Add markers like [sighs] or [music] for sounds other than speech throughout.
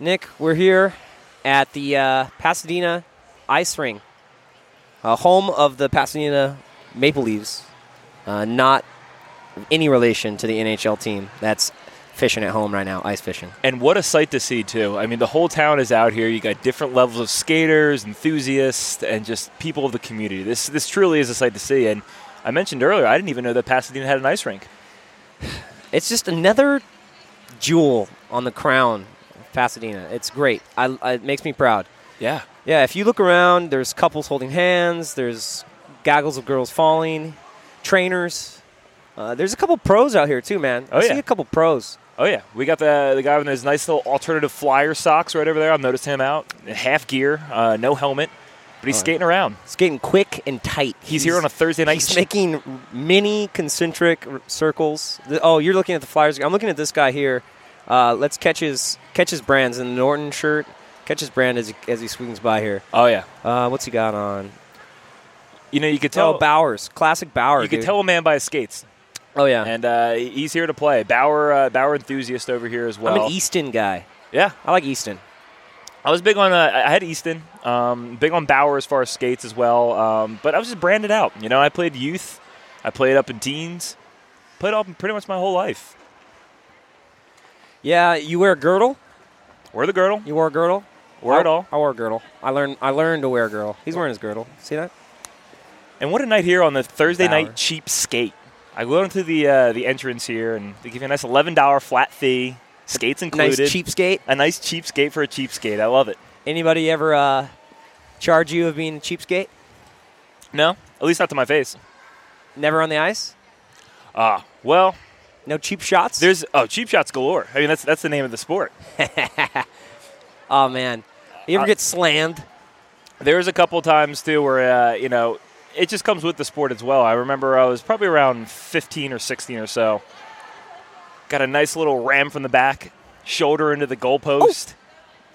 Nick, we're here at the uh, Pasadena Ice Ring, uh, home of the Pasadena Maple Leaves. Uh, not any relation to the NHL team that's fishing at home right now, ice fishing. And what a sight to see, too. I mean, the whole town is out here. You got different levels of skaters, enthusiasts, and just people of the community. This this truly is a sight to see. And I mentioned earlier, I didn't even know that Pasadena had an ice rink. It's just another jewel on the crown of Pasadena. It's great. I, I, it makes me proud. Yeah. Yeah, if you look around, there's couples holding hands, there's gaggles of girls falling, trainers. Uh, there's a couple pros out here, too, man. Oh, I yeah. see a couple pros. Oh yeah, we got the the guy with his nice little alternative flyer socks right over there. I've noticed him out, half gear, uh, no helmet, Oh, but he's skating around. It's getting quick and tight. He's, here on a Thursday night. He's making mini concentric r- circles. The- oh, you're looking at the Flyers. I'm looking at this guy here. Uh, let's catch his catch his brands in the Norton shirt. Catch his brand as he, as he swings by here. oh yeah, Uh, what's he got on? you know you could tell Oh, Bowers, classic Bauer. you could dude. tell a man by his skates, Oh yeah, and uh, he's here to play. Bauer uh, Bauer enthusiast over here as well. I'm an Easton guy. yeah, I like Easton. I was big on. Uh, I had Easton, um, big on Bauer as far as skates as well. Um, but I was just branded out. You know, I played youth, I played up in teens, played up in pretty much my whole life. Yeah, you wear a girdle. Wear the girdle, You wore a girdle. wear it all. I wore a girdle. I learned. I learned to wear a girdle. He's wearing his girdle. See that? And what a night here on the Thursday Bauer. night cheap skate. I go into the uh, the entrance here, and they give you a nice eleven dollar flat fee, skates included. Nice cheapskate. A nice cheap skate for a cheap skate. I love it. Anybody ever uh, charge you of being a cheapskate? No, at least not to my face. Never on the ice? Ah, well, No cheap shots? there's oh cheap shots galore. I mean that's that's the name of the sport. oh man. You ever Uh, get slammed? There's a couple times too where uh, you know it just comes with the sport as well. I remember I was probably around 15 or 16 or so. Got a nice little ram from the back, shoulder into the goalpost.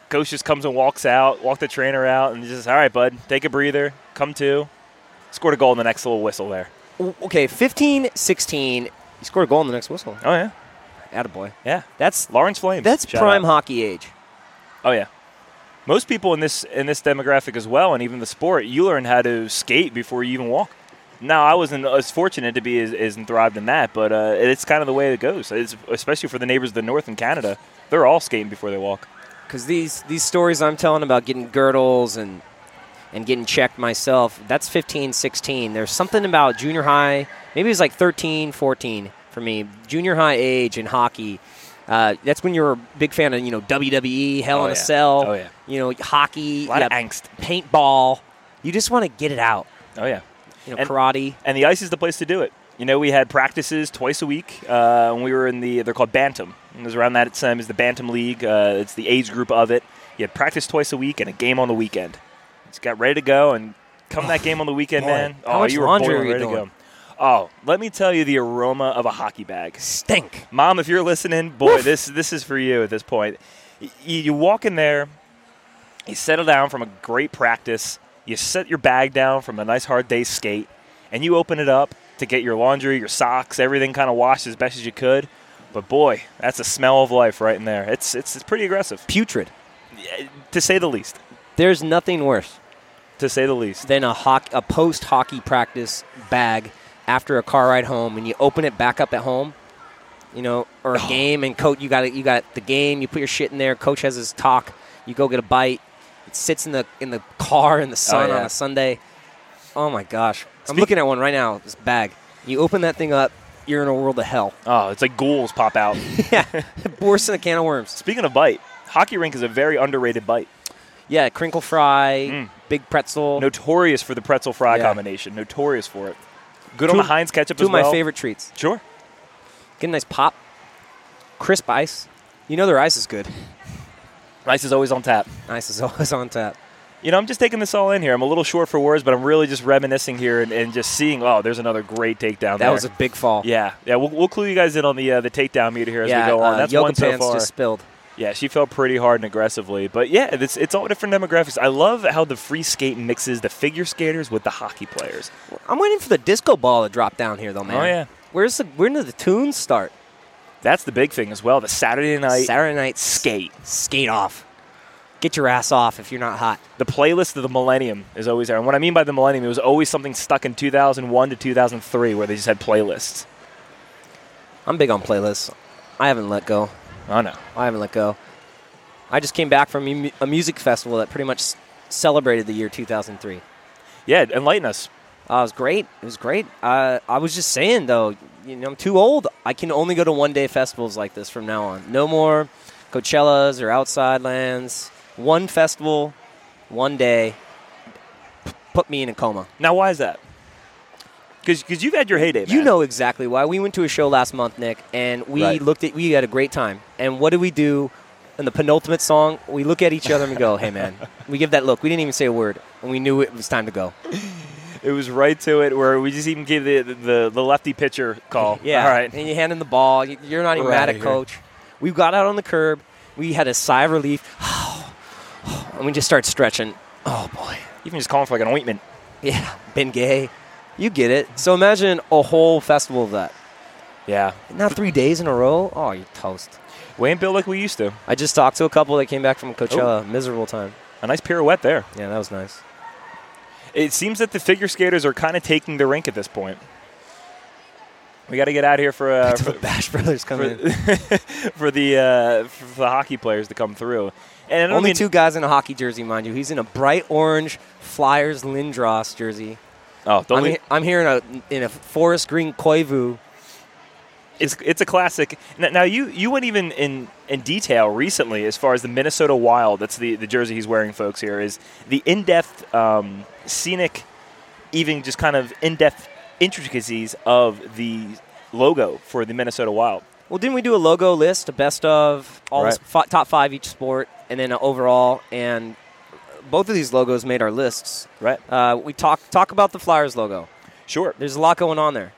Coach just comes and walks out, walked the trainer out, and just all right, bud, take a breather, come to. Scored a goal in the next little whistle there. O- Okay, 15, 16. You score a goal in the next whistle. Oh yeah, Attaboy. yeah. That's Lawrence Flames. that's Shout prime out. hockey age. Oh yeah. Most people in this in this demographic as well, and even the sport, you learn how to skate before you even walk. Now I wasn't as fortunate to be as, as thrived in that, but uh, it's kind of the way it goes. It's, especially for the neighbors of the north in Canada, they're all skating before they walk. Because these, these stories I'm telling about getting girdles and and getting checked myself, that's 15, 16. There's something about junior high, maybe it was like 13, 14 for me. Junior high age in hockey. Uh, that's when you're a big fan of you know WWE, Hell Oh, in a yeah. Cell, Oh, yeah. you know hockey, A lot yeah, of angst. paintball. You just want to get it out. Oh yeah, You know, And- karate. and the ice is the place to do it. You know, we had practices twice a week uh, when we were in the, they're called Bantam. And it was around that time is the Bantam League. Uh, it's the age group of it. You had practice twice a week and a game on the weekend. Just got ready to go and come that game on the weekend, Oh, boy. man. Oh, How much you were laundry boiling were you ready doing? to go. Oh, let me tell you the aroma of a hockey bag. Stink. Mom, if you're listening, boy, this this is for you at this point. Y- You, you walk in there, you settle down from a great practice, you set your bag down from a nice hard day's skate, and you open it up to get your laundry, your socks, everything kind of washed as best as you could. But boy, that's a smell of life right in there. It's it's, it's pretty aggressive, Putrid. to say the least. There's nothing worse To say the least. than a hoc a post hockey practice bag after a car ride home, and you open it back up at home. You know, or a game, and coach, you got it. You got the game. You put your shit in there. Coach has his talk. You go get a bite. It sits in the in the car in the sun on yeah. a Sunday. Oh my gosh! I'm Speak- looking at one right now. This bag. You open that thing up, you're in a world of hell. Oh, it's like ghouls pop out. [laughs] yeah, worse than a can of worms. Speaking of bite, hockey rink is a very underrated bite. Yeah, crinkle fry, Mm. big pretzel. Notorious for the pretzel fry Yeah. combination. Notorious for it. Good Two- on the Heinz ketchup Two as of my well. favorite treats. Sure. Get a nice pop, crisp ice. You know their ice is good. [laughs] Ice is always on tap. Ice is always on tap. You know, I'm just taking this all in here. I'm a little short for words, but I'm really just reminiscing here and, and just seeing. Oh, there's another great takedown. That there. was a big fall. yeah, yeah. We'll, we'll clue you guys in on the uh, the takedown meter here as yeah. we go on. uh, That's yoga one so pants far. just spilled. Yeah, she fell pretty hard and aggressively, but yeah, it's it's all different demographics. I love how the free skate mixes the figure skaters with the hockey players. I'm waiting for the disco ball to drop down here, though, man. Oh, yeah. Where's the when do the tunes start? That's the big thing as well. The Saturday night Saturday night skate. skate off. Get your ass off if you're not hot. the playlist of the millennium is always there. And what I mean by the millennium, it was always something stuck in 2001 to 2003 where they just had playlists. I'm big on playlists. I haven't let go. Oh, no. I haven't let go. I just came back from a mu- a music festival that pretty much s- celebrated the year 2003. Yeah, enlighten us. Uh, it was great. It was great. Uh, I was just saying though, you know, I'm too old. I can only go to one day festivals like this from now on. No more Coachellas or outside lands. One festival, one day. P- Put me in a coma. Now, why is that? Because you've had your heyday, man. You know exactly why. We went to a show last month, Nick, and we Right. looked at. We had a great time. And what did we do? In the penultimate song, we look at each other and we go, "Hey, man." We give that look. We didn't even say a word, and we knew it was time to go. It was right to it where we just even gave the, the, the lefty pitcher call. [laughs] Yeah. All right. And you hand him the ball. You- You're not even We're mad outta at here. coach. We got out on the curb. We had a sigh of relief. [sighs] and we just start stretching. Oh, boy. Even just calling for like an ointment. [laughs] Yeah. Been gay. You get it. So imagine a whole festival of that. Yeah. Not three days in a row. Oh, you're toast. We ain't built like we used to. I just talked to a couple that came back from Oh. Coachella. Miserable time. A nice pirouette there. Yeah, that was nice. It seems that the figure skaters are kind of taking the rink at this point. We got to get out here for, uh, Till [laughs] for, the Bash Brothers come in. for, for the uh, for the hockey players to come through. And [laughs] I don't Only mean- two guys in a hockey jersey, mind you. He's in a bright orange Flyers Lindros jersey. Oh, don't I'm, we- he- I'm here in a, in a forest green Koivu it's it's a classic. Now, now you you went even in in detail recently as far as the Minnesota Wild. That's the the jersey he's wearing, folks. Here is the in depth um, scenic, even just kind of in depth intricacies of the logo for the Minnesota Wild. Well, didn't we do a logo list, a best of all Right. the f- top five each sport, and then an overall? And both of these logos made our lists. Right. Uh, we talk talk about the Flyers logo. Sure. There's a lot going on there.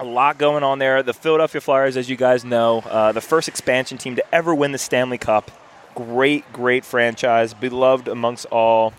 a lot going on there. The Philadelphia Flyers, as you guys know, uh, the first expansion team to ever win the Stanley Cup. Great, great franchise, beloved amongst all,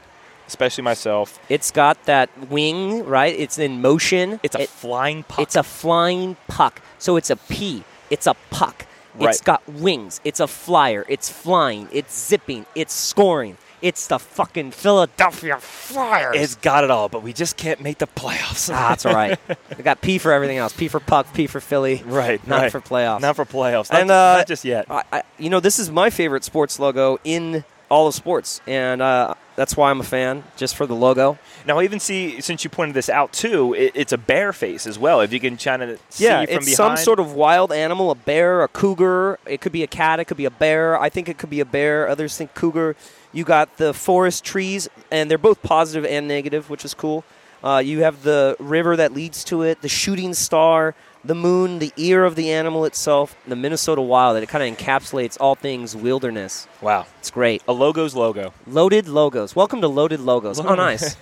especially myself. It's got that wing, right? It's in motion. It's a It- flying puck. it's a flying puck. So it's a P. It's a puck. It's Right. got wings. It's a flyer. It's flying. It's zipping. It's scoring. It's the fucking Philadelphia Flyers. it's got it all, but we just can't make the playoffs. Ah, that's all [laughs] right. I got P for everything else. P for puck. P for Philly. [laughs] right, Not right. for playoffs. Not for playoffs. Not, and uh, not just yet. I, I, you know, this is my favorite sports logo in all of sports, and uh, that's why I'm a fan. Just for the logo. Now, I even see since you pointed this out too, it, it's a bear face as well. If you can kind of see yeah, from it's some behind, sort of wild animal, a bear, a cougar. It could be a cat. It could be a bear. I think it could be a bear. Others think cougar. You got the forest trees, and they're both positive and negative, which is cool. Uh, you have the river that leads to it, the shooting star, the moon, the ear of the animal itself, the Minnesota wild. That it kind of encapsulates all things wilderness. wow, It's great. a logo's logo. Loaded logos. Welcome to Loaded Logos. Oh, [laughs] nice.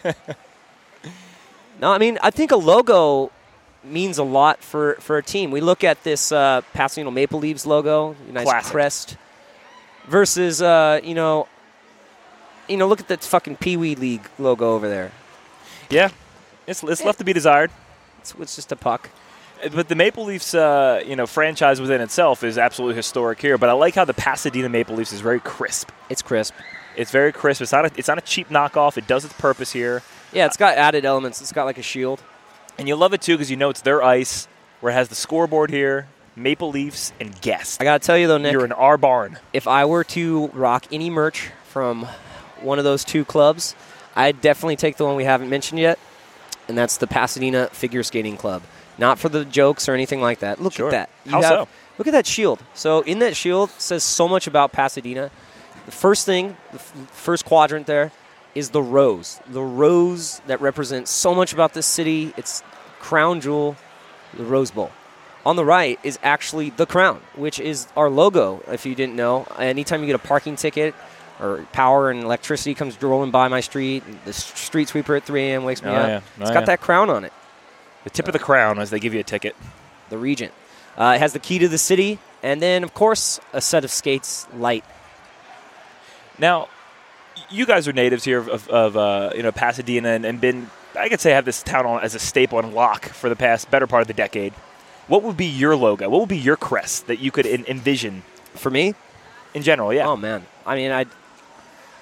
no, I mean, I think a logo means a lot for, for a team. We look at this uh, Pasadena Maple Leafs logo, a nice Classic. crest, versus, uh, you know, you know, look at that fucking Pee Wee League logo over there. Yeah, it's it's left to be desired. It's, it's just a puck. But the Maple Leafs, uh, you know, franchise within itself is absolutely historic here. But I like how the Pasadena Maple Leafs is very crisp. It's crisp. It's very crisp. It's not a, it's not a cheap knockoff. It does its purpose here, Yeah, it's got added elements. It's got like a shield. and you love it too because you know it's their ice where it has the scoreboard here, Maple Leafs and guest. I gotta tell you though, Nick, You're in our barn. if I were to rock any merch from one of those two clubs, I'd definitely take the one we haven't mentioned yet, and that's the Pasadena Figure Skating Club. Not for the jokes or anything like that. Look Sure. at that. How so? Look at that shield. So in that shield says so much about Pasadena. The first thing, the f- first quadrant there, is the rose. The rose that represents so much about this city. It's crown jewel, the Rose Bowl. On the right is actually the crown, which is our logo. If you didn't know, anytime you get a parking ticket or power and electricity comes rolling by my street, the s- street sweeper at 3 a.m. wakes me Oh, up. yeah. it's Oh, got yeah. that crown on it, The tip of the crown as they give you a ticket. the regent. Uh, it has the key to the city, and then of course a set of skates, light. Now, you guys are natives here of, of uh, you know Pasadena and, and been I could say have this town on as a staple and lock for the past better part of the decade. What would be your logo? What would be your crest that you could en- envision For me, Um, in general? Yeah, Oh man, I mean, I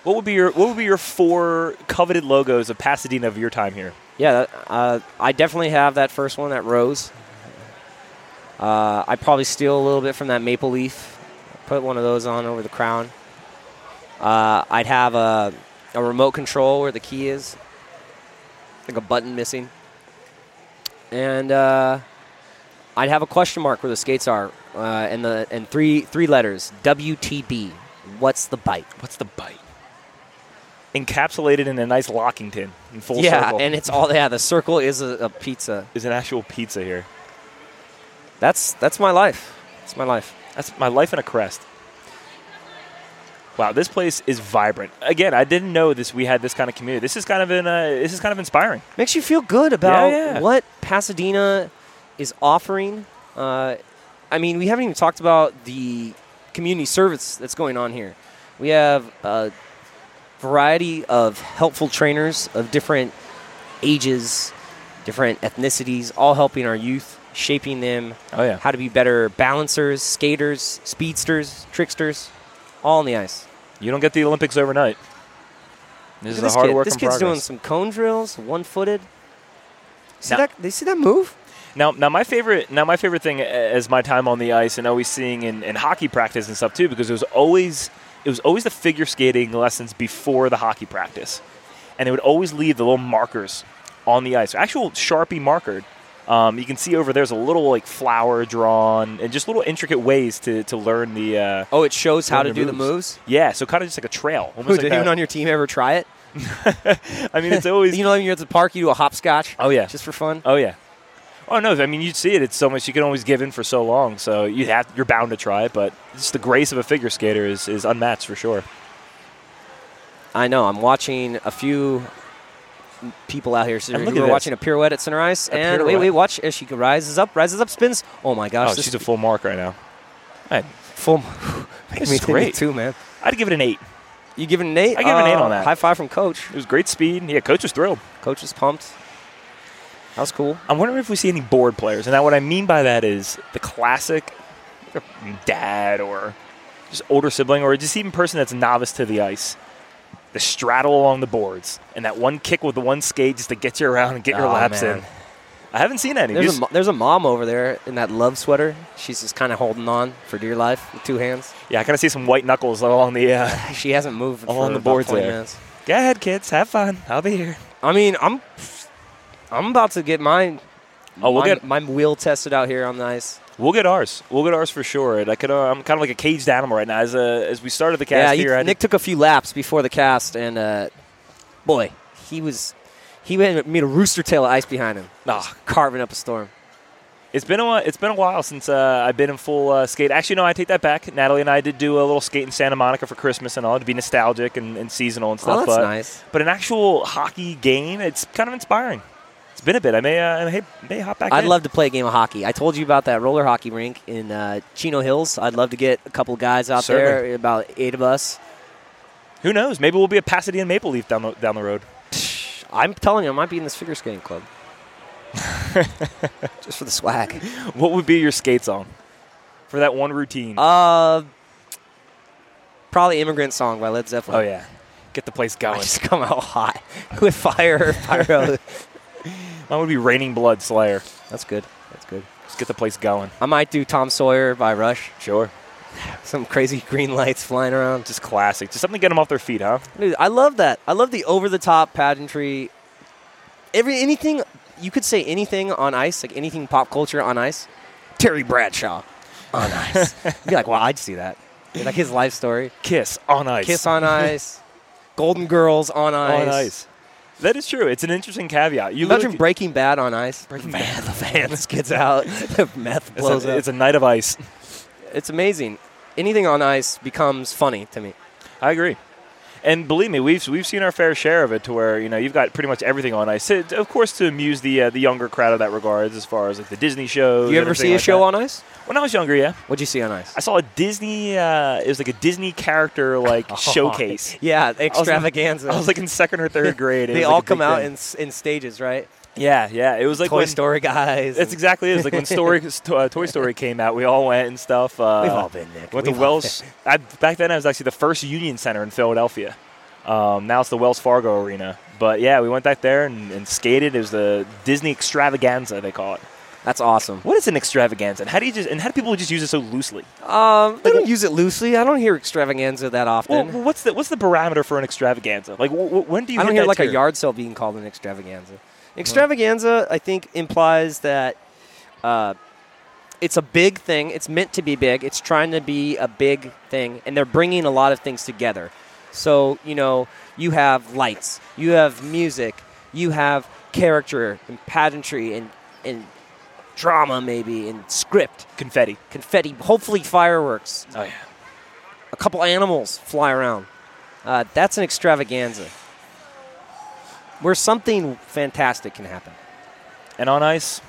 What would be your What would be your four coveted logos of Pasadena of your time here? Yeah, uh, I definitely have that first one, that rose. Uh, I probably steal a little bit from that maple leaf, put one of those on over the crown. Uh, I'd have a, a remote control where the key is, like a button missing. And uh, I'd have a question mark where the skates are, uh, and the and three three letters WTB. What's the bite? What's the bite? Encapsulated in a nice locking tin in full yeah, circle. and it's all yeah. The circle is a, a pizza. is an actual pizza here. That's that's my life. That's my life. That's my life in a crest. Wow, this place is vibrant. Again, I didn't know this. We had this kind of community. This is kind of in. Uh, this is kind of inspiring. makes you feel good about Yeah, yeah. what Pasadena is offering. Uh, I mean, we haven't even talked about the community service that's going on here. We have a variety of helpful trainers of different ages, different ethnicities, all helping our youth, shaping them Oh yeah. how to be better balancers, skaters, speedsters, tricksters, all on the ice. You don't get the Olympics overnight. This Look at is a hard kid. work This in kid's doing progress. some cone drills, one-footed. See Now- that? They see that move? Now, now my favorite, now my favorite thing as my time on the ice and always seeing in, in hockey practice and stuff too, because it was always it was always the figure skating lessons before the hockey practice, and they would always leave the little markers on the ice, actual sharpie marker. Um, you can see over there's a little like flower drawn and just little intricate ways to, to learn the uh, Oh, it shows how to learn do the [laughs] moves. Yeah, so kind of just like a trail. Almost Who, like did that. anyone on your team ever try it? I mean, it's always [laughs] You know, when you're at the park, you do a hopscotch. Oh, yeah. just for fun. Oh yeah. Oh no! I mean, you'd see it. It's so much you can always give in for so long. So you have you're bound to try it. But just the grace of a figure skater is, is unmatched for sure. I know. I'm watching a few people out here. So And you look were at this. watching a pirouette at center ice, A and wait, pirouette. wait, watch as she rises up, rises up, spins. Oh my gosh, Oh, this she's a full mark right now. I'd, [laughs] full. [laughs] Makes This me think is great. too, man. I'd give it an eight. You giving an eight? I give an eight Uh, on that. High five from coach. It was great speed. Yeah, coach was thrilled. Coach is pumped. That was cool. I'm wondering if we see any board players. And now, what I mean by that is the classic dad or just older sibling or just even person that's novice to the ice. The straddle along the boards and that one kick with the one skate just to get you around and get your Oh, laps man. in. I haven't seen any. There's These- a, mo- there's a mom over there in that love sweater. She's just kind of holding on for dear life with two hands. Yeah, I kind of see some white knuckles along the. [laughs] Uh, She hasn't moved Along for the about boards 20 there. minutes. Go ahead, kids, have fun. I'll be here. I mean, I'm I'm about to get mine. Oh, we'll my, get my wheel tested out here on the ice. we'll get ours. We'll get ours for sure. And I could, uh, I'm kind of like a caged animal right now. As uh, as we started the yeah, cast you- here, I Nick took a few laps before the cast, and uh, boy, he was he went- made a rooster tail of ice behind him, Nah. carving up a storm. Ah, it's been a while, it's been a while since uh, I've been in full uh, skate. Actually, no, I take that back. Natalie and I did do a little skate in Santa Monica for Christmas and all to be nostalgic and, and seasonal and stuff. oh, that's but nice. but an actual hockey game, it's kind of inspiring. It's been a bit. I may uh, I may, may hop back. I'd in. love to play a game of hockey. I told you about that roller hockey rink in uh, Chino Hills. I'd love to get a couple guys out Certainly. there, about eight of us. Who knows? Maybe we'll be a Pasadena Maple Leaf down the down the road. I'm telling you, I might be in this figure skating [laughs] club. Just for the swag. What would be your skate song for that one routine? Uh, probably "Immigrant Song" by Led Zeppelin. oh yeah, get the place I going. just come out hot [laughs] with fire, pyro. Mine would be Raining Blood Slayer. That's good. That's good. Let's get the place going. I might do Tom Sawyer by Rush. Sure. Some crazy green lights flying around. Just classic. Just something to get them off their feet, huh? Dude, I love that. I love the over-the-top pageantry. Every anything you could say anything on ice, like anything pop culture on ice. Terry Bradshaw on ice. [laughs] You'd be like, wow, I'd see that. Like his life story. Kiss on ice. Kiss on [laughs] Ice, Golden Girls on Ice. on ice. That is true. It's an interesting caveat. You Imagine look- Breaking Bad on ice. Breaking Man, the fans gets [laughs] out. The meth [laughs] it's, blows a, up. It's, it's a night of ice. amazing. Anything on ice becomes funny to me. I agree. And believe me, we've we've seen our fair share of it to where you know you've got pretty much everything on ice. It- of course, to amuse the uh, the younger crowd of that regards, as far as like the Disney shows. Do you ever see a show on ice? When I was younger, yeah, What'd you see on ice? I saw a Disney. Uh, it was like a Disney character like [laughs] showcase. Yeah, extravaganza. [laughs] I was like in second or third grade. It they was, all like, a come big out thing. in, s- in stages, right? yeah, yeah. It was like Toy when- Story guys. That's and- exactly it. It's like when Story, [laughs] uh, Toy Story came out, we all went and stuff. Uh, We've all been, Nick. Went to We've all Wells. I, back then, I was actually the first Union Center in Philadelphia. Um, now it's the Wells Fargo Arena. But yeah, we went back there and, and skated. It was the Disney Extravaganza they call it. That's awesome. What is an extravaganza? And how do you just and how do people just use it so loosely? Um, they don't use it loosely. I don't hear extravaganza that Well, often. what's the what's the parameter for an extravaganza? Like wh- wh- when do you? I don't hit hear that like a tier? yard sale being called an extravaganza. Extravaganza, I think, implies that uh, it's a big thing. It's meant to be big. It's trying to be a big thing, and they're bringing a lot of things together. So you know, you have lights, you have music, you have character and pageantry and and drama maybe and script, confetti. confetti, hopefully fireworks, Oh yeah. a couple animals fly around. Uh, that's an extravaganza where something fantastic can happen. And on ice,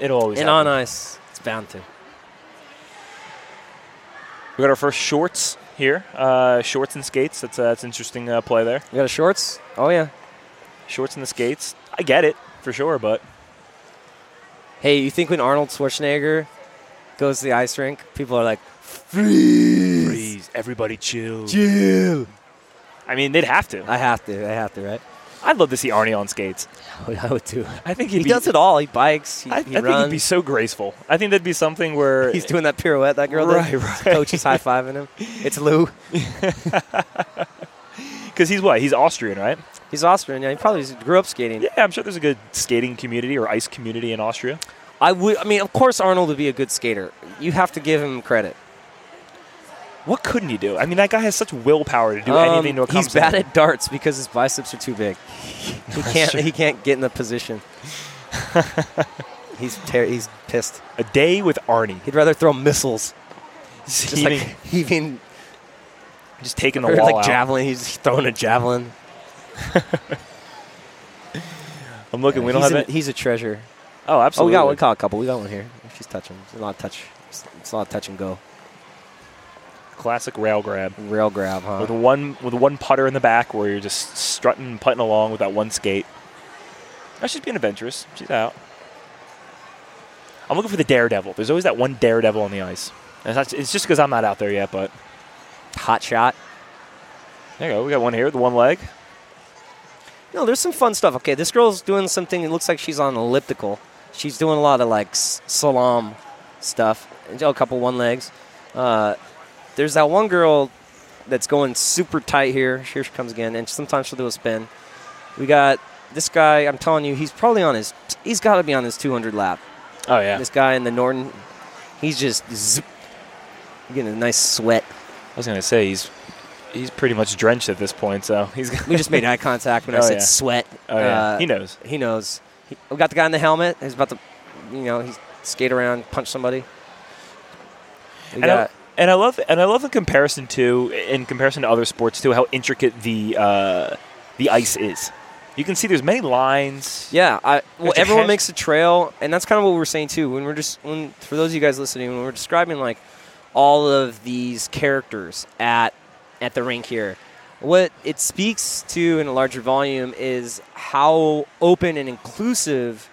it always. And on ice, it's bound to. we got our first shorts here. Uh, shorts and skates. That's uh, that's interesting uh, play there. You got a shorts? Oh, yeah. Shorts and the skates. I get it for sure, but Hey, you think when Arnold Schwarzenegger goes to the ice rink, people are like, freeze. Everybody chill. Chill. I mean, they'd have to. I have to, I have to, right? I'd love to see Arnie on skates. I would- I would too. [laughs] I think He he'd be, does it all. He bikes, he, I, I he think he'd be runs. so graceful. I think that'd be something [laughs] where He's doing that pirouette that girl Right, did. right. Coach is high fiving [laughs] him. It's Lou. because he's what he's Austrian, right? He's Austrian. Yeah, he probably grew up skating. Yeah, I'm sure there's a good skating community or ice community in Austria. I would. I mean, of course, Arnold would be a good skater. You have to give him credit. What couldn't he do? I mean, that guy has such willpower to do Um, anything to accomplish. he's bad at darts because his biceps are too [laughs] big. He can't. true. He can't get in the [laughs] position. he's ter- he's pissed. a day with Arnie. He'd rather throw missiles, Just, just [laughs] heaving- like [laughs] heaving just taking [laughs] the or wall like out. javelin. He's just throwing a javelin. I'm looking. we don't he's, have a, it. he's a treasure. Oh, Oh, we absolutely. got we caught a couple. We got one here. She's touching. It's a lot of touch. It's, it's a lot of touch and go. Classic rail grab Rail grab, huh? with one with one putter in the back, where you're just strutting, and putting along with that one skate. Oh, she's being adventurous. She's out. I'm looking for the daredevil. There's always that one daredevil on the ice. And It's, not, it's just because I'm not out there yet, but Hot shot. there you go. We got one here, the one leg. No, there's some fun stuff. Okay, this girl's doing something. It looks like she's on an elliptical. She's doing a lot of like s- salam stuff. And A couple one legs. Uh, there's that one girl that's going super tight here. Here she comes again, and sometimes she'll do a spin. We got this guy. I'm telling you, he's probably on his. He's got to be on his 200 lap. Oh yeah. This guy in the Norton, he's just zip, getting a nice sweat. I was gonna say he's he's pretty much drenched at this point, so he's. We just made eye contact when I [laughs] Oh, said yeah. sweat. Oh, yeah. Uh, he knows. He knows. He, we got the guy in the helmet. He's about to, you know, he's skate around, punch somebody. We And I, got- and I love and I love in comparison to in comparison to other sports too how intricate the uh, the ice is. You can see there's many lines. yeah, I, well, There's a everyone hedge- makes a trail, and that's kind of what we were saying too. When we're just, when, for those of you guys listening, when we're describing like all of these characters at at the rink here, what it speaks to in a larger volume is how open and inclusive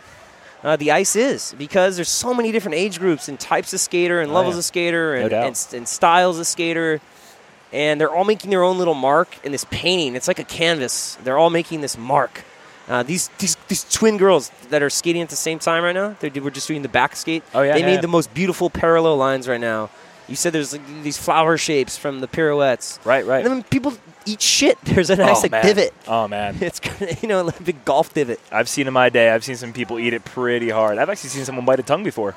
uh, the ice is because there's so many different age groups and types of skater and Oh, levels yeah. of skater and, doubt. and, s- and styles of skater and they're all making their own little mark in this painting it's like a canvas they're all making this mark uh, these, these these twin girls that are skating at the same time right now they did- were just doing the back skate Oh, yeah, they yeah, made yeah. the most beautiful parallel lines right now you said there's like, these flower shapes from the pirouettes Right, right. and then people eat shit [laughs] there's a nice oh, like, man. divot [laughs] Oh man, it's kind of you know like a big golf divot I've seen in my day. I've seen some people eat it pretty hard. I've actually seen someone bite a tongue before.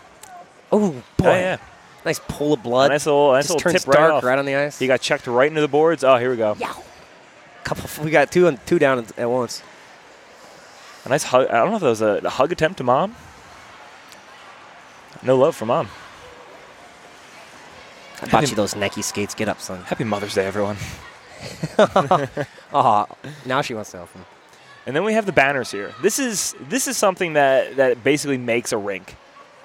oh boy Oh yeah, nice pull of blood nice little nice just little turns tip right dark off. on the ice. He got checked right into the boards. Oh, here we go. Yow. Couple, we got two and two down at- at once. A nice hug. I don't know if that was a, a hug attempt to mom. No love for mom. I bought you those Nike skates. Get up, son. Happy Mother's Day, everyone. Aw, Uh-huh. now she wants to help him. And then we have the banners here. This is this is something that that basically makes a rink.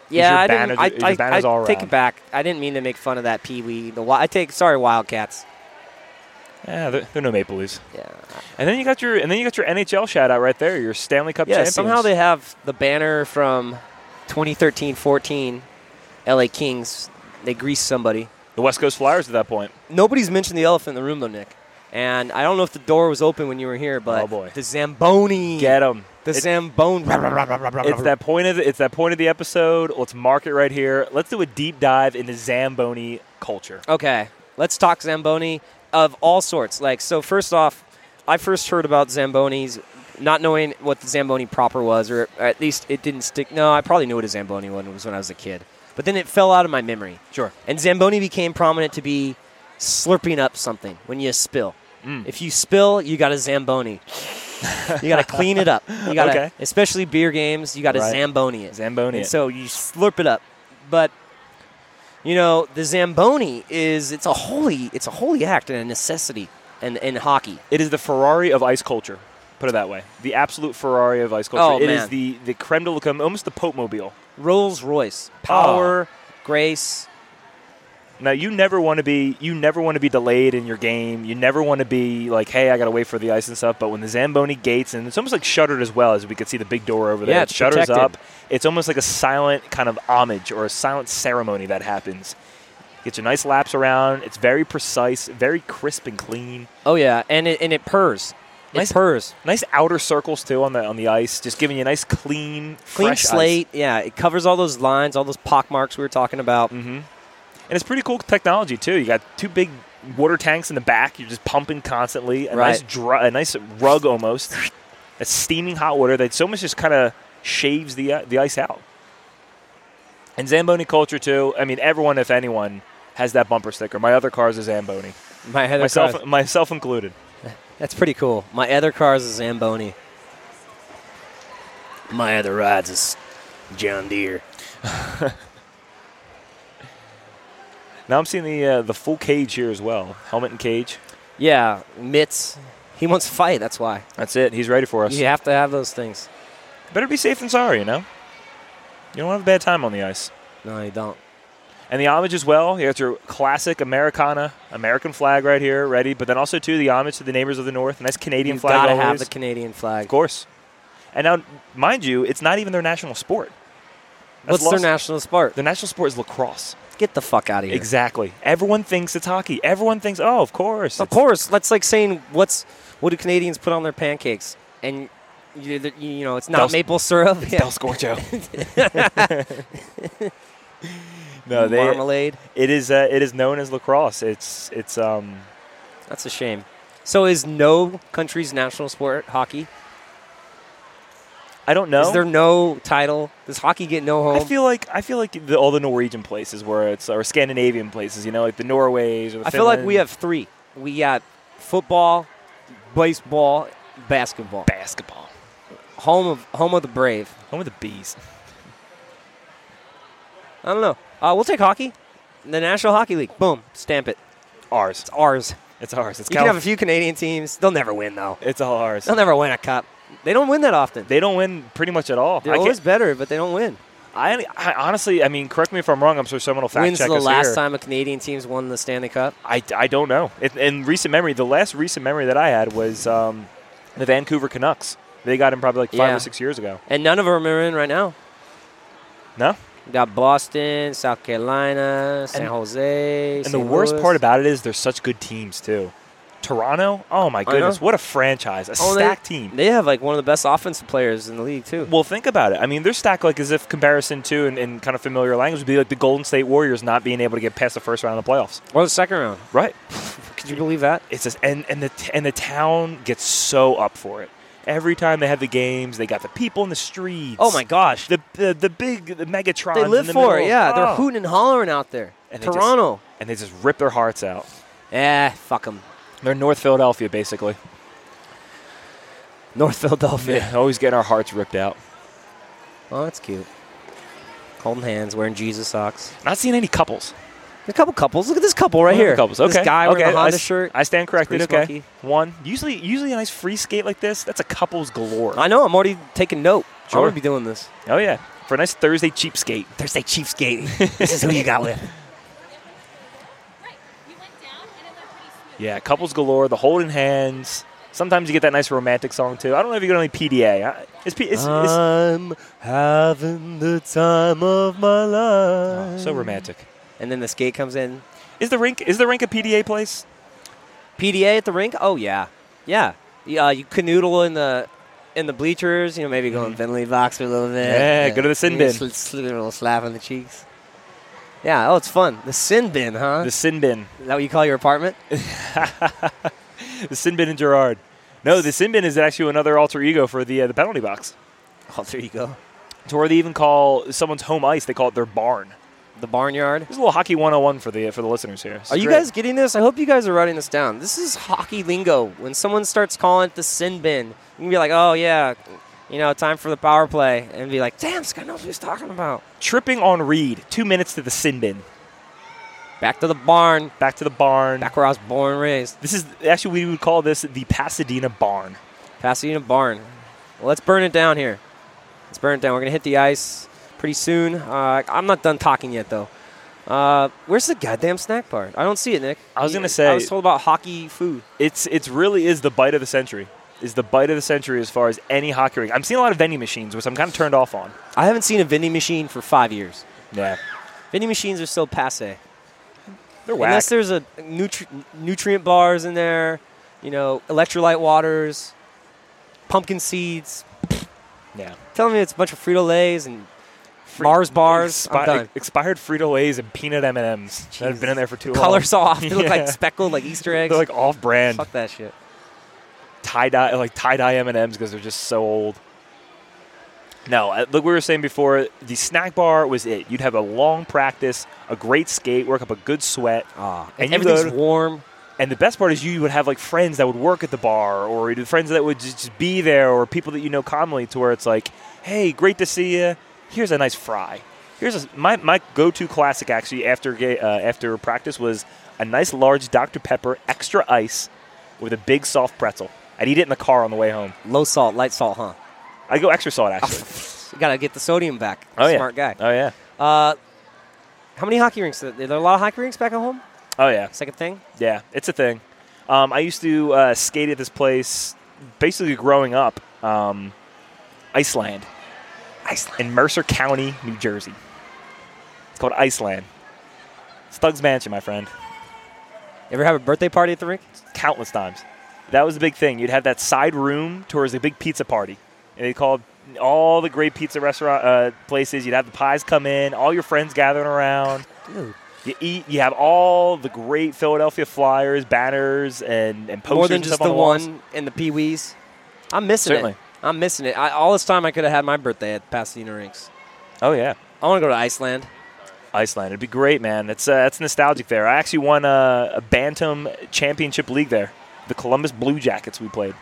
Yeah, your I banner- didn't. I, is your I, banners I all take around? it back. I didn't mean to make fun of that Pee Wee. The wi- I take sorry Wildcats. Yeah, there, there are no Maple Leafs. Yeah. And then you got your and then you got your NHL shout out right there. Your Stanley Cup Yeah. champions. Somehow they have the banner from 2013-14 L.A. Kings. They grease somebody. the West Coast Flyers at that point. Nobody's mentioned the elephant in the room though, Nick. And I don't know if the door was open when you were here, but Oh, boy. the Zamboni. Get him. The Zamboni. It's that point of the, it's that point of the episode. Let's mark it right here. Let's do a deep dive into Zamboni culture. Okay, let's talk Zamboni of all sorts. Like, so first off, I first heard about Zambonis, not knowing what the Zamboni proper was, or at least it didn't stick. No, I probably knew what a Zamboni one was when I was a kid, but then it fell out of my memory. Sure. And Zamboni became prominent to be slurping up something when you spill. Mm. If you spill, you got a Zamboni. you got to clean it up. You got to, [laughs] Okay. especially beer games, you got to Right. Zamboni it. Zamboni And it. so you slurp it up. But you know, the Zamboni is it's a holy it's a holy act and a necessity in, in hockey. It is the Ferrari of ice culture. Put it that way. The absolute Ferrari of ice Oh, culture. It is man. the the creme de la creme, almost the Pope mobile. Rolls Royce. Power, grace. Now you never want to be you never want to be delayed in your game. You never want to be like, hey, I gotta wait for the ice and stuff. But when the Zamboni gates and it's almost like shuttered as well as we could see the big door over there. Yeah, it it's shutters protected. up. It's almost like a silent kind of homage or a silent ceremony that happens. Gets your nice laps around. It's very precise, very crisp and clean. Oh yeah, and it and it purrs. It Nice- purrs. Nice outer circles too on the on the ice, just giving you a nice clean, Clean fresh ice. slate. Yeah, it covers all those lines, all those pock marks we were talking about. And it's pretty cool technology too. You got two big water tanks in the back. You're just pumping constantly. A nice Right. dry, a nice rug almost. a steaming hot water that so much just kind of shaves the uh, the ice out. And Zamboni culture too. I mean, everyone, if anyone, has that bumper sticker. My other car's a Zamboni. My other myself, cars- myself included. That's pretty cool. My other car's a Zamboni. My other ride's is John Deere. Now I'm seeing the uh, the full cage here as well. Helmet and cage. Yeah, mitts. He wants to fight. That's why That's it. He's ready for us. you have to have those things. Better be safe than sorry, you know. You don't have a bad time on the ice. No, you don't. And the homage as well. You got your classic Americana, American flag right here, ready. But then also too the homage to the neighbors of the North. Nice Canadian You've flag. got to always. have the Canadian flag. of course. And now, mind you, it's not even their national sport. That's What's their lost- national sport? Their national sport is lacrosse. Get the fuck out of here. Exactly. Everyone thinks it's hockey. Everyone thinks, oh, of course. Of It's- course. That's like saying what's what do Canadians put on their pancakes? And you, the- you you know it's not Del- maple syrup. Yeah. [laughs] Del Scorcho. [laughs] no, they. marmalade. It is. Uh, it is known as lacrosse. It's. It's. Um. That's a shame. So is no country's national sport hockey? I don't know. Is there no title? Does hockey get no home? I feel like I feel like the, all the Norwegian places where it's or Scandinavian places, you know, like the Norways or the I feel like Finland. we have three. We got football, baseball, basketball. basketball. Home of home of the brave. Home of the bees. I don't know. Uh, we'll take hockey. The National Hockey League. Boom. Stamp it. Ours. It's ours. It's ours. It's You can have Cali- a few Canadian teams. They'll never win though. It's all ours. They'll never win a cup. They don't win that often. They don't win pretty much at all. They're I, can't- always better, but they don't win. I, I honestly, I mean, correct me if I'm wrong. I'm sure someone will fact When's check the us last here. time a Canadian team's won the Stanley Cup? I, I don't know. It, in recent memory, the last recent memory that I had was um, the Vancouver Canucks. They got him probably like five Yeah. or six years ago. And none of them are in right now. No. We got Boston, South Carolina, San And- Jose. And the worst part about it is they're such good teams too. Toronto, oh my goodness, know. Oh, what a franchise, a stacked they, team. They have like one of the best offensive players in the league too. Well, think about it. I mean, they're stacked like as if comparison to and, and kind of familiar language would be like the Golden State Warriors not being able to get past the first round of the playoffs. Or the second round. Right. Could you believe that? It's just and and the t- and the town gets so up for it. Every time they have the games, they got the people in the streets. Oh my gosh, The the, the big the Megatron. they live for it. Yeah, they're hooting and hollering out there. And they just- Toronto. and they just rip their hearts out. Eh, fuck them. They're North Philadelphia, basically. North Philadelphia. Yeah, [laughs] always getting our hearts ripped out. Oh, that's cute. Holding hands, wearing Jesus socks. Not seeing any couples. A couple couples. Look at this couple right Only here. Couples. This Okay. guy okay. wearing a I Honda s- shirt. I stand corrected. Grease Okay. monkey. One. Usually, usually a nice free skate like this. That's a couple's galore. I know. I'm already taking note. I'm Sure. gonna be doing this. oh yeah. For a nice Thursday cheap skate. Thursday Chiefs game. this is who you got with. Right. You went down and it went pretty smooth. [laughs] Yeah. Couples galore. The holding hands. Sometimes you get that nice romantic song too. I don't know if you got any PDA. I- It's, P- it's, Uh, it's I'm having the time of my oh, life. so romantic. And then the skate comes in. Is the rink is the rink a PDA place? PDA at the rink? Oh yeah, yeah. Yeah, you canoodle in the in the bleachers. You know, maybe go in Vinley box for a little bit. Mm-hmm. Yeah, go to the sin maybe bin. sl- sl- a little slap on the cheeks. Yeah. Oh, it's fun. The sin bin, huh? The sin bin. [laughs] Is that what you call your apartment? [laughs] The sin bin and Gerard. No, the sin bin is actually another alter ego for the uh, the penalty box. Oh, there you go. To where they even call someone's home ice, they call it their barn. The barnyard. There's a little hockey 101 for the for the listeners here. This Are is you great. guys getting this? I hope you guys are writing this down. This is hockey lingo. When someone starts calling it the sin bin, you can be like, oh, yeah, you know, time for the power play. And be like, damn, Scott knows what he's talking about. tripping on Reed? Two minutes to the sin bin. Back to the barn, Back to the barn. back where I was born and raised. This is actually we would call this the Pasadena barn. Pasadena barn. Well, let's burn it down here. Let's burn it down. We're going to hit the ice pretty soon. Uh, I'm not done talking yet, though. Uh, where's the goddamn snack part? I don't see it, Nick. I was gonna I say- was told about hockey food. It's it's really is the bite of the century. Is the bite of the century as far as any hockey rink. I'm seeing a lot of vending machines, which I'm kind of turned off on. I haven't seen a vending machine for five years. Yeah, Vending machines are still passe. they're whack. Unless there's a nutri- nutrient bars in there, you know, electrolyte waters, pumpkin seeds. yeah, Telling me it's a bunch of Frito Lay's and Mars bars. [laughs] Expi- I'm done. Expired Frito Lay's and peanut M and M's that have been in there for too [laughs] Colors long. off. They look like Yeah. speckled, like Easter eggs. They're like off brand Fuck that shit. tie dye, like tie dye M and M's because they're just so old. No, uh, like we were saying before, the snack bar was it. You'd have a long practice, a great skate, work up a good sweat, Ah, and And you everything's go to- warm. And the best part is you would have like friends that would work at the bar or the friends that would just just be there or people that you know commonly to where it's like, hey, great to see you. Here's a nice fry. Here's a, my, my go-to classic actually after ga- uh, after practice was a nice large Dr. Pepper extra ice with a big soft pretzel. I'd eat it in the car on the way home. Low salt, light salt, huh? I'd go extra [laughs] salt actually. You gotta get the sodium back. oh Smart yeah. guy. Oh yeah. Uh, how many hockey rinks? Are there, there a lot of hockey rinks back at home? Oh yeah. Second thing? Yeah, it's a thing. Um, I used to uh, skate at this place basically growing up, um, Iceland. Iceland. In Mercer County, New Jersey. It's called Iceland. It's Thug's Mansion, my friend. Ever have a birthday party at the rink? Countless times. That was the big thing. You'd have that side room towards a big pizza party. And they called all the great pizza restaurant uh, places. You'd have the pies come in, all your friends gathering around. Dude. You eat. You have all the great Philadelphia flyers, banners, and and posters. More than and just stuff on the, the walls. one and the Pee Wees. I'm missing Certainly. it. I'm missing it. I, all this time I could have had my birthday at Pasadena Rinks. Oh yeah, I want to go to Iceland. Iceland. It'd be great, man. It's uh, it's nostalgic there. I actually won uh, a, a bantam championship league there. The Columbus Blue Jackets we played.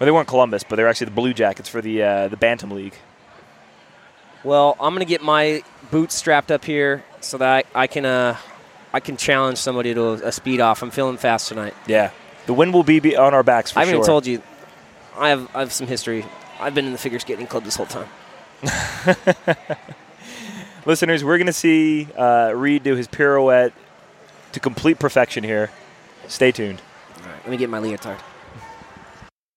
Well, they weren't Columbus, but they're actually the Blue Jackets for the uh, the bantam league. Well, I'm gonna get my boots strapped up here so that I, I can uh, I can challenge somebody to a, a speed off. I'm feeling fast tonight. Yeah, the wind will be be on our backs for I haven't sure. even told you. I have I have some history. I've been in the figure skating club this whole time. Listeners, we're gonna see uh, Reed do his pirouette to complete perfection here. Stay tuned. Let me get my leotard.